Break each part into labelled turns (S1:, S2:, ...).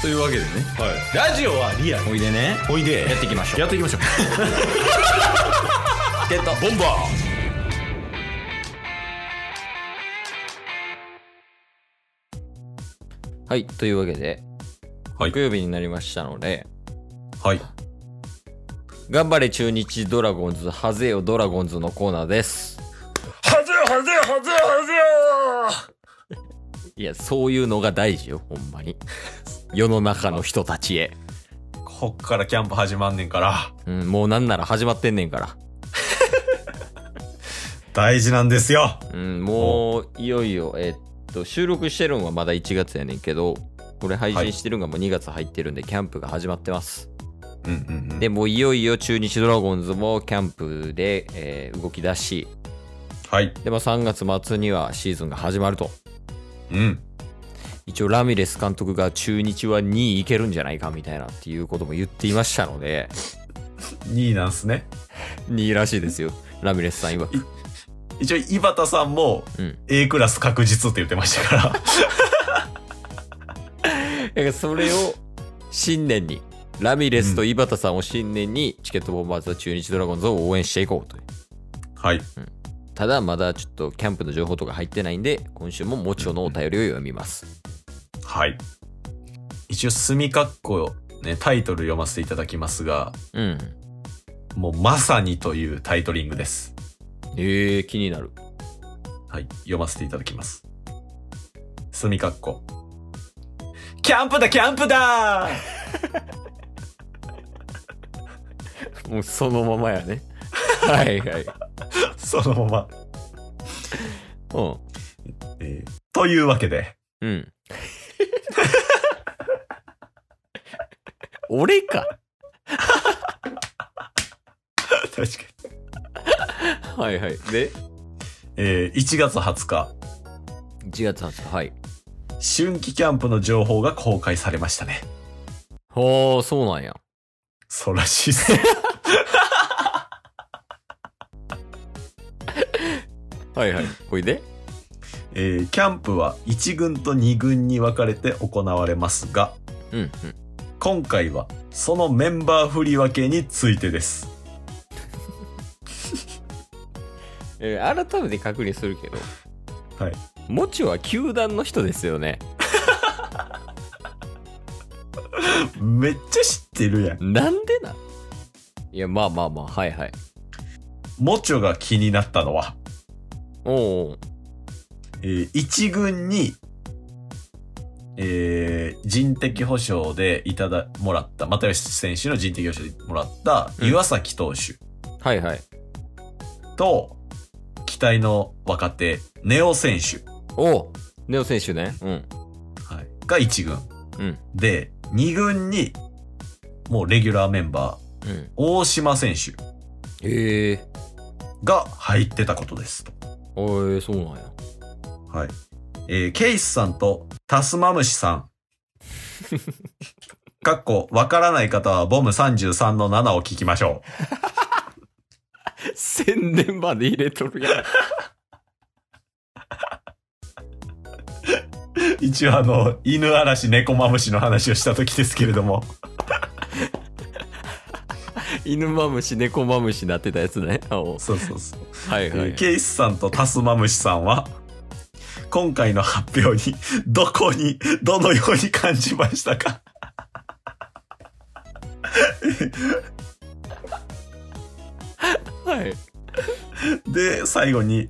S1: というわけでね
S2: はい、ラジオはリアル
S1: おいでね
S2: おいで
S1: やっていきましょう
S2: やっていきましょう
S1: ってた
S2: ボンバ
S1: はいというわけで、
S2: はい
S1: 木曜日になりましたので
S2: ーはい
S1: 頑張れ中日ドラゴンズハゼよドラゴンズのコーナーです
S2: はずよはずよはずよはい
S1: やそういうのが大事よほんまに 世の中の人たちへ、
S2: ずよこっからキャンプ始まんねんから
S1: うん、もうなんなら始まってんねんから
S2: 大事なんですよ
S1: うん、もういよいよ、えっと、収録してるのはまだ1月やねんけど、これ配信してるのがもう2月入ってるんで、キャンプが始まってます。
S2: うんうんうん
S1: でもういよいよ中日ドラゴンズもキャンプで、えー動き出し、
S2: はい
S1: でも3月末にはシーズンが始まると。
S2: うん
S1: 一応ラミレス監督が中日は2位いけるんじゃないかみたいなっていうことも言っていましたので、
S2: 2位なんすね
S1: 2位らしいですよ。ラミレスさん曰く。
S2: 一応井端さんも
S1: うん
S2: A クラス確実って言ってましたから
S1: だ からそれを新年に、ラミレスと井端さんを新年にチケットボンバーズと中日ドラゴンズを応援していこうという。
S2: はい
S1: ただまだちょっとキャンプの情報とか入ってないんで今週ももちろんのお便りを読みます、
S2: はい一応墨括弧ねタイトル読ませていただきますが
S1: うん、
S2: もうまさにというタイトリングです
S1: えー、気になる
S2: はい、読ませていただきます。すみかっこ。キャンプだ、キャンプだ
S1: もうそのままや ねはいはい
S2: そのまま、
S1: うん
S2: えーというわけで、
S1: うん 俺か
S2: 確かに。
S1: はいはいで
S2: えー1月20日、
S1: 1月20日はい
S2: 春季キャンプの情報が公開されましたね。
S1: ああそうなんや
S2: そうらしいっ す。
S1: はいはいほいで
S2: えーキャンプは1軍と2軍に分かれて行われますが、
S1: うんうん
S2: 今回はそのメンバー振り分けについてです。
S1: えー改めて確認するけど
S2: はい
S1: もちは球団の人ですよね
S2: めっちゃ知ってるやん。
S1: なんでなんいやまあまあまあはいはい
S2: もちょが気になったのは、
S1: おうおう
S2: えー一軍に、えー人的保障でいただ、もらった、又吉選手の人的保障でもらった、
S1: うん
S2: 岩崎投手
S1: はいはい
S2: と、期待の若手、ネオ選手、
S1: おうネオ選手ね。うん。
S2: はいが一軍。
S1: うん。
S2: で、二軍に、もうレギュラーメンバー、
S1: うん。
S2: 大島選手
S1: へえ。
S2: が入ってたことですと。
S1: おえ、そうなんや。
S2: はい。えーケイスさんとタスマムシ さん。かっこ、わからない方はボム33の7を聞きましょう。
S1: 宣伝まで入れとるやん。
S2: 一応あの、犬嵐猫マムシの話をした時ですけれども。
S1: 犬マムシ、猫マムシなってたやつ ね。おう
S2: そうそうそう。
S1: はいは
S2: え
S1: い
S2: ー。ケイスさんとタスマムシさんは、今回の発表に、 どこに、どのように感じましたか
S1: はい。
S2: で、最後に、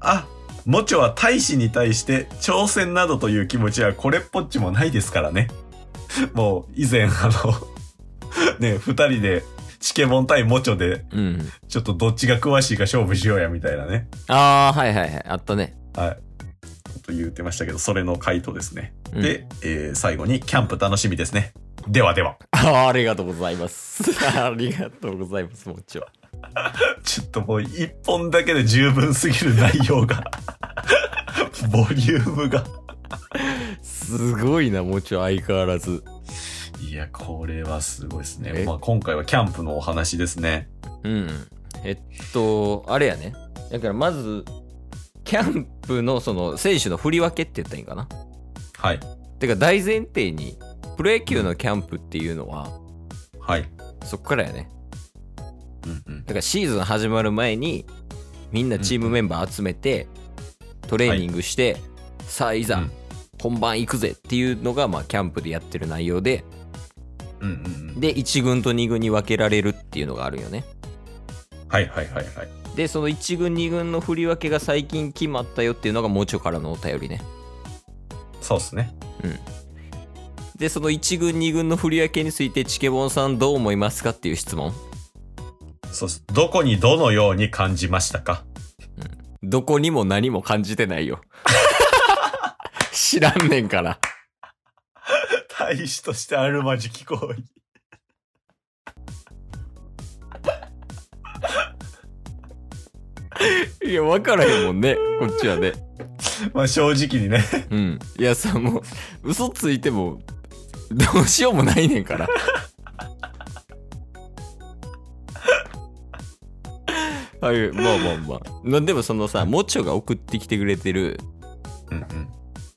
S2: あ、モチョは大使に対して挑戦などという気持ちはこれっぽっちもないですからね。 もう以前あの、ね、二人でチケボン対モチョで
S1: うん。
S2: ちょっとどっちが詳しいか勝負しようやみたいなね。
S1: ああ、はいはいはい。あったね。
S2: と言ってましたけど、それの回答ですね。
S1: うん、
S2: で、えー最後に、キャンプ楽しみですね。ではでは。
S1: あ ーありがとうございます。 ありがとうございます、もちろん。
S2: ちょっともう一本だけで十分すぎる内容が。 ボリュームが。
S1: すごいな、もちろん、相変わらず。
S2: いや、これはすごいですね。
S1: え
S2: まあ、今回はキャンプのお話ですね。
S1: うん。えっと、あれやね。だからまず、キャンプのその選手の振り分けって言ったらいいんかな。
S2: はい。
S1: てか大前提にプロ野球のキャンプっていうのは、
S2: はい。
S1: そっからやね。
S2: うんうん
S1: だからシーズン始まる前に、みんなチームメンバー集めて、トレーニングして、さあいざ、
S2: うん
S1: 本番行くぜっていうのが、まあ、キャンプでやってる内容で、
S2: うんうん
S1: で、1軍と2軍に分けられるっていうのがあるよね。
S2: うん。はいはいはいはい。
S1: で、その1軍、2軍の振り分けが最近決まったよっていうのが、もうちょからのお便りね。
S2: そうっすね。
S1: で、その1軍、2軍の振り分けについて、チケボンさんどう思いますかっていう質問。
S2: そうっす。どこにどのように感じましたか
S1: どこにも何も感じてない よ。知らんねんから。
S2: 大使としてあるまじき行為。
S1: いや、わからへんもんね、こっちはね。
S2: まあ正直にね。
S1: うん。いや、さ、もう、嘘ついても、どうしようもないねんから。はい、まあまあまあ。なでもそのさ、もちょが送ってきてくれてる、
S2: うんうん。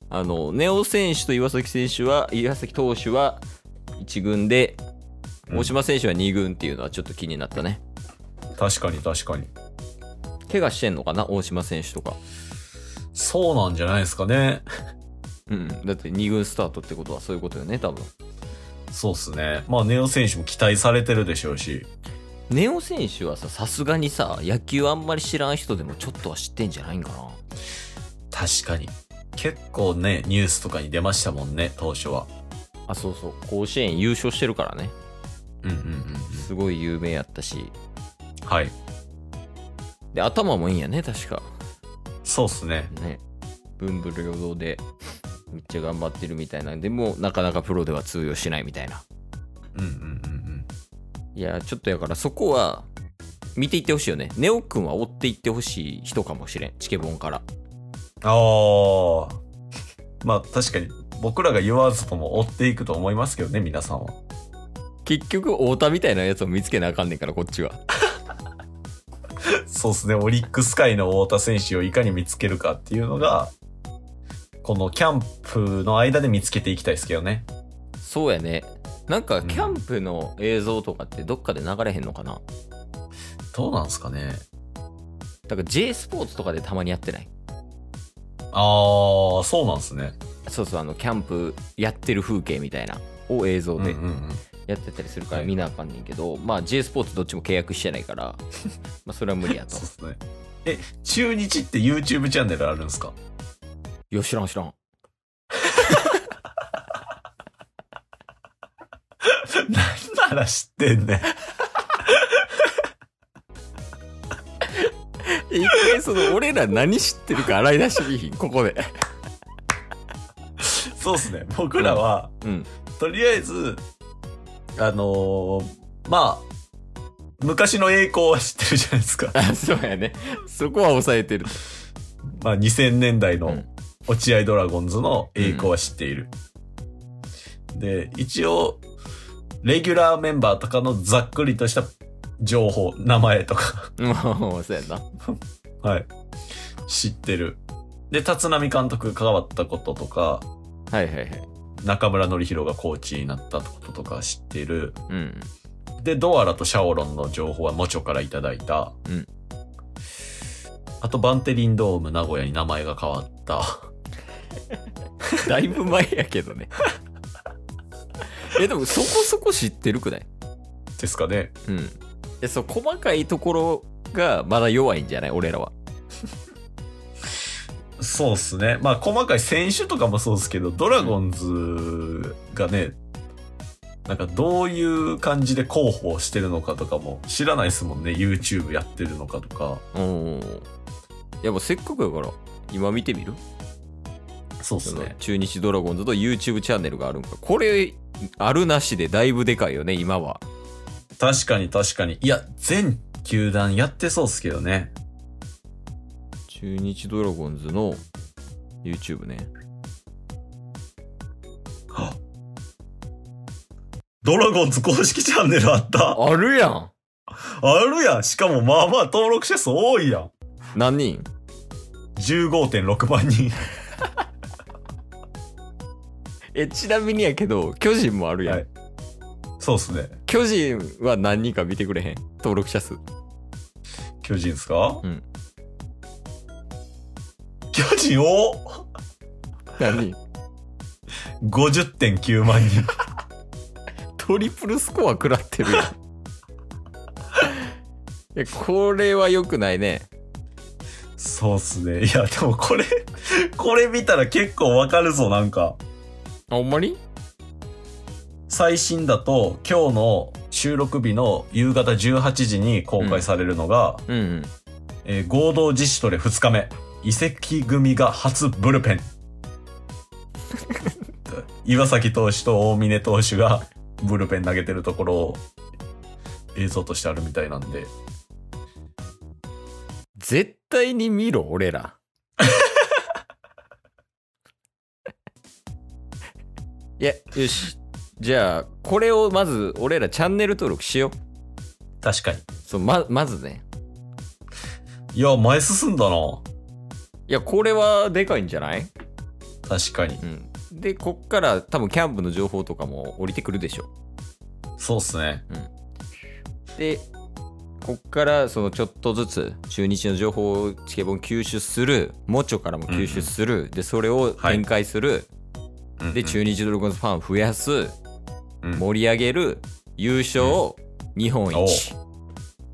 S1: あの、ネオ選手と岩崎選手は、岩崎投手は1軍で、
S2: うん
S1: 大島選手は2軍っていうのはちょっと気になったね。
S2: 確かに確かに。
S1: 怪我してんのかな大島選手とか。
S2: そうなんじゃないですかね。
S1: うん。だって2軍スタートってことはそういうことよね、多分。
S2: そうっすね。まあネオ選手も期待されてるでしょうし。
S1: ネオ選手はさ、さすがにさ、野球あんまり知らん人でもちょっとは知ってんじゃないんかな。
S2: 確かに。結構ね、ニュースとかに出ましたもんね、当初は。
S1: あ、そうそう。甲子園優勝してるからね。
S2: うんうんうん
S1: すごい有名やったし。
S2: うん。はい。
S1: で、頭もいいんやね、確か。
S2: そうっすね。
S1: ね。文武両道で、めっちゃ頑張ってるみたいなんで、もうなかなかプロでは通用しないみたいな。
S2: うんうんうん
S1: いや、ちょっとやから、そこは、見ていってほしいよね。ネオくんは追っていってほしい人かもしれん。チケボンから。
S2: うん。ああ。 まあ確かに、僕らが言わずとも追っていくと思いますけどね、皆さんは。
S1: 結局、太田みたいなやつを見つけなあかんねんから、こっちは。
S2: そうっすね、オリックス界の太田選手をいかに見つけるかっていうのが、このキャンプの間で見つけていきたいですけどね。
S1: そうやね。なんか
S2: うん
S1: キャンプの映像とかってどっかで流れへんのかな、
S2: どうなんすかね。
S1: だから J スポーツとかでたまにやってない
S2: ああ、そうなんすね。
S1: そうそう、あの、キャンプやってる風景みたいな、を映像
S2: うんう
S1: で
S2: んうん。
S1: やってたりするか
S2: は
S1: ら
S2: い
S1: 見なあかんねんけど、まあ J スポーツどっちも契約してないから、まあそれは無理 やと
S2: そう。っすね。え、中日って YouTube チャンネルあるんすか
S1: いや、知らん知らん。
S2: なんなら知ってんねん。
S1: 一回その、俺ら何知ってるか洗い出しみひん、ここで。
S2: そうっすね。僕らは、
S1: うん。
S2: とりあえず、あのーまあ、昔の栄光は知ってるじゃないですか。
S1: あ、 そうやね。そこは抑えて る。
S2: まあ、2000年代
S1: う
S2: の
S1: ん
S2: 落合ドラゴンズの栄光は知っている。で、一応、レギュラーメンバーとかのざっくりとした情報、名前とか、
S1: もう、そうやな。
S2: はい、知ってる。で、立浪監督が関わったこととか、
S1: はいはいはい。
S2: 中村紀弘がコーチになったこととかは知ってる。
S1: うん。
S2: で、ドアラとシャオロンの情報はモチョからいただいた。
S1: うん
S2: あと、バンテリンドーム名古屋に名前が変わった。
S1: だいぶ前やけどね。 え、でもそこそこ知ってるくない
S2: ですかね。
S1: うん。え、そう、細かいところがまだ弱いんじゃない俺らは。
S2: そうっすね。まあ、細かい選手とかもそうですけど、ドラゴンズがね、なんかどういう感じで広報してるのかとかも知らないですもんね。YouTube やってるのかとか。
S1: うん。いや、もうせっかくやから、今見てみる
S2: そうっ
S1: そ
S2: す
S1: の
S2: ね。
S1: 中日ドラゴンズと YouTube チャンネルがあるんか。これ、あるなしでだいぶでかいよね、今は。
S2: 確かに確かに。いや、全球団やってそうっすけどね。
S1: 中日ドラゴンズの YouTube ね。
S2: はドラゴンズ公式チャンネルあった。
S1: あるやん
S2: あるやん。しかもまあまあ登録者数多いやん。
S1: 何人
S2: 15.6万人。
S1: ええ、ちなみにやけど、巨人もあるやん。
S2: はい そうっすね。
S1: 巨人は何人か見てくれへん。登録者数。
S2: 巨人っすか
S1: うん。
S2: 巨人お
S1: 何人
S2: !50.9 万人。
S1: トリプルスコア食らってるやん。いや、これは良くないね。
S2: そうっすね。いや、でもこれ、これ見たら結構わかるぞ、なんか。
S1: あ、ほんまに
S2: 最新だと、今日の収録日の夕方18時に公開されるのが、
S1: うんうん。
S2: えー合同自主トレ2日目。移籍組が初ブルペン。 岩崎投手と大峰投手がブルペン投げてるところを映像としてあるみたいなんで。
S1: 絶対に見ろ、俺 ら。いや、よし。じゃあ、これをまず、俺らチャンネル登録しよう。
S2: 確かに。
S1: そう、ま、まずね。
S2: いや、前進んだな。
S1: いや、これはでかいんじゃない
S2: 確かに。
S1: うん。で、こっから多分キャンプの情報とかも降りてくるでしょ。
S2: そうっすね。
S1: で、こっからそのちょっとずつ中日の情報をチケボン吸収する、モチョからも吸収する、で、それを展開する、
S2: うんうん
S1: で、中日ドラゴンズファンを増やす、
S2: うん
S1: 盛り上げる、優勝、日本
S2: おう
S1: 一。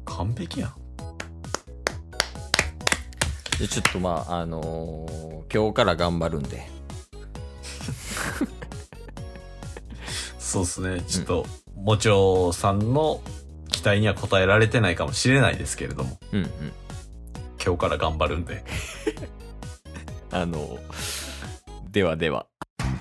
S2: 完璧やん。
S1: で、ちょっとまあ、あのー今日から頑張るんで、
S2: そうですね。ちょっと、もちょさんの期待には応えられてないかもしれないですけれども、
S1: うんうん。
S2: 今日から頑張るんで。
S1: あのーではでは。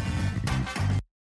S3: す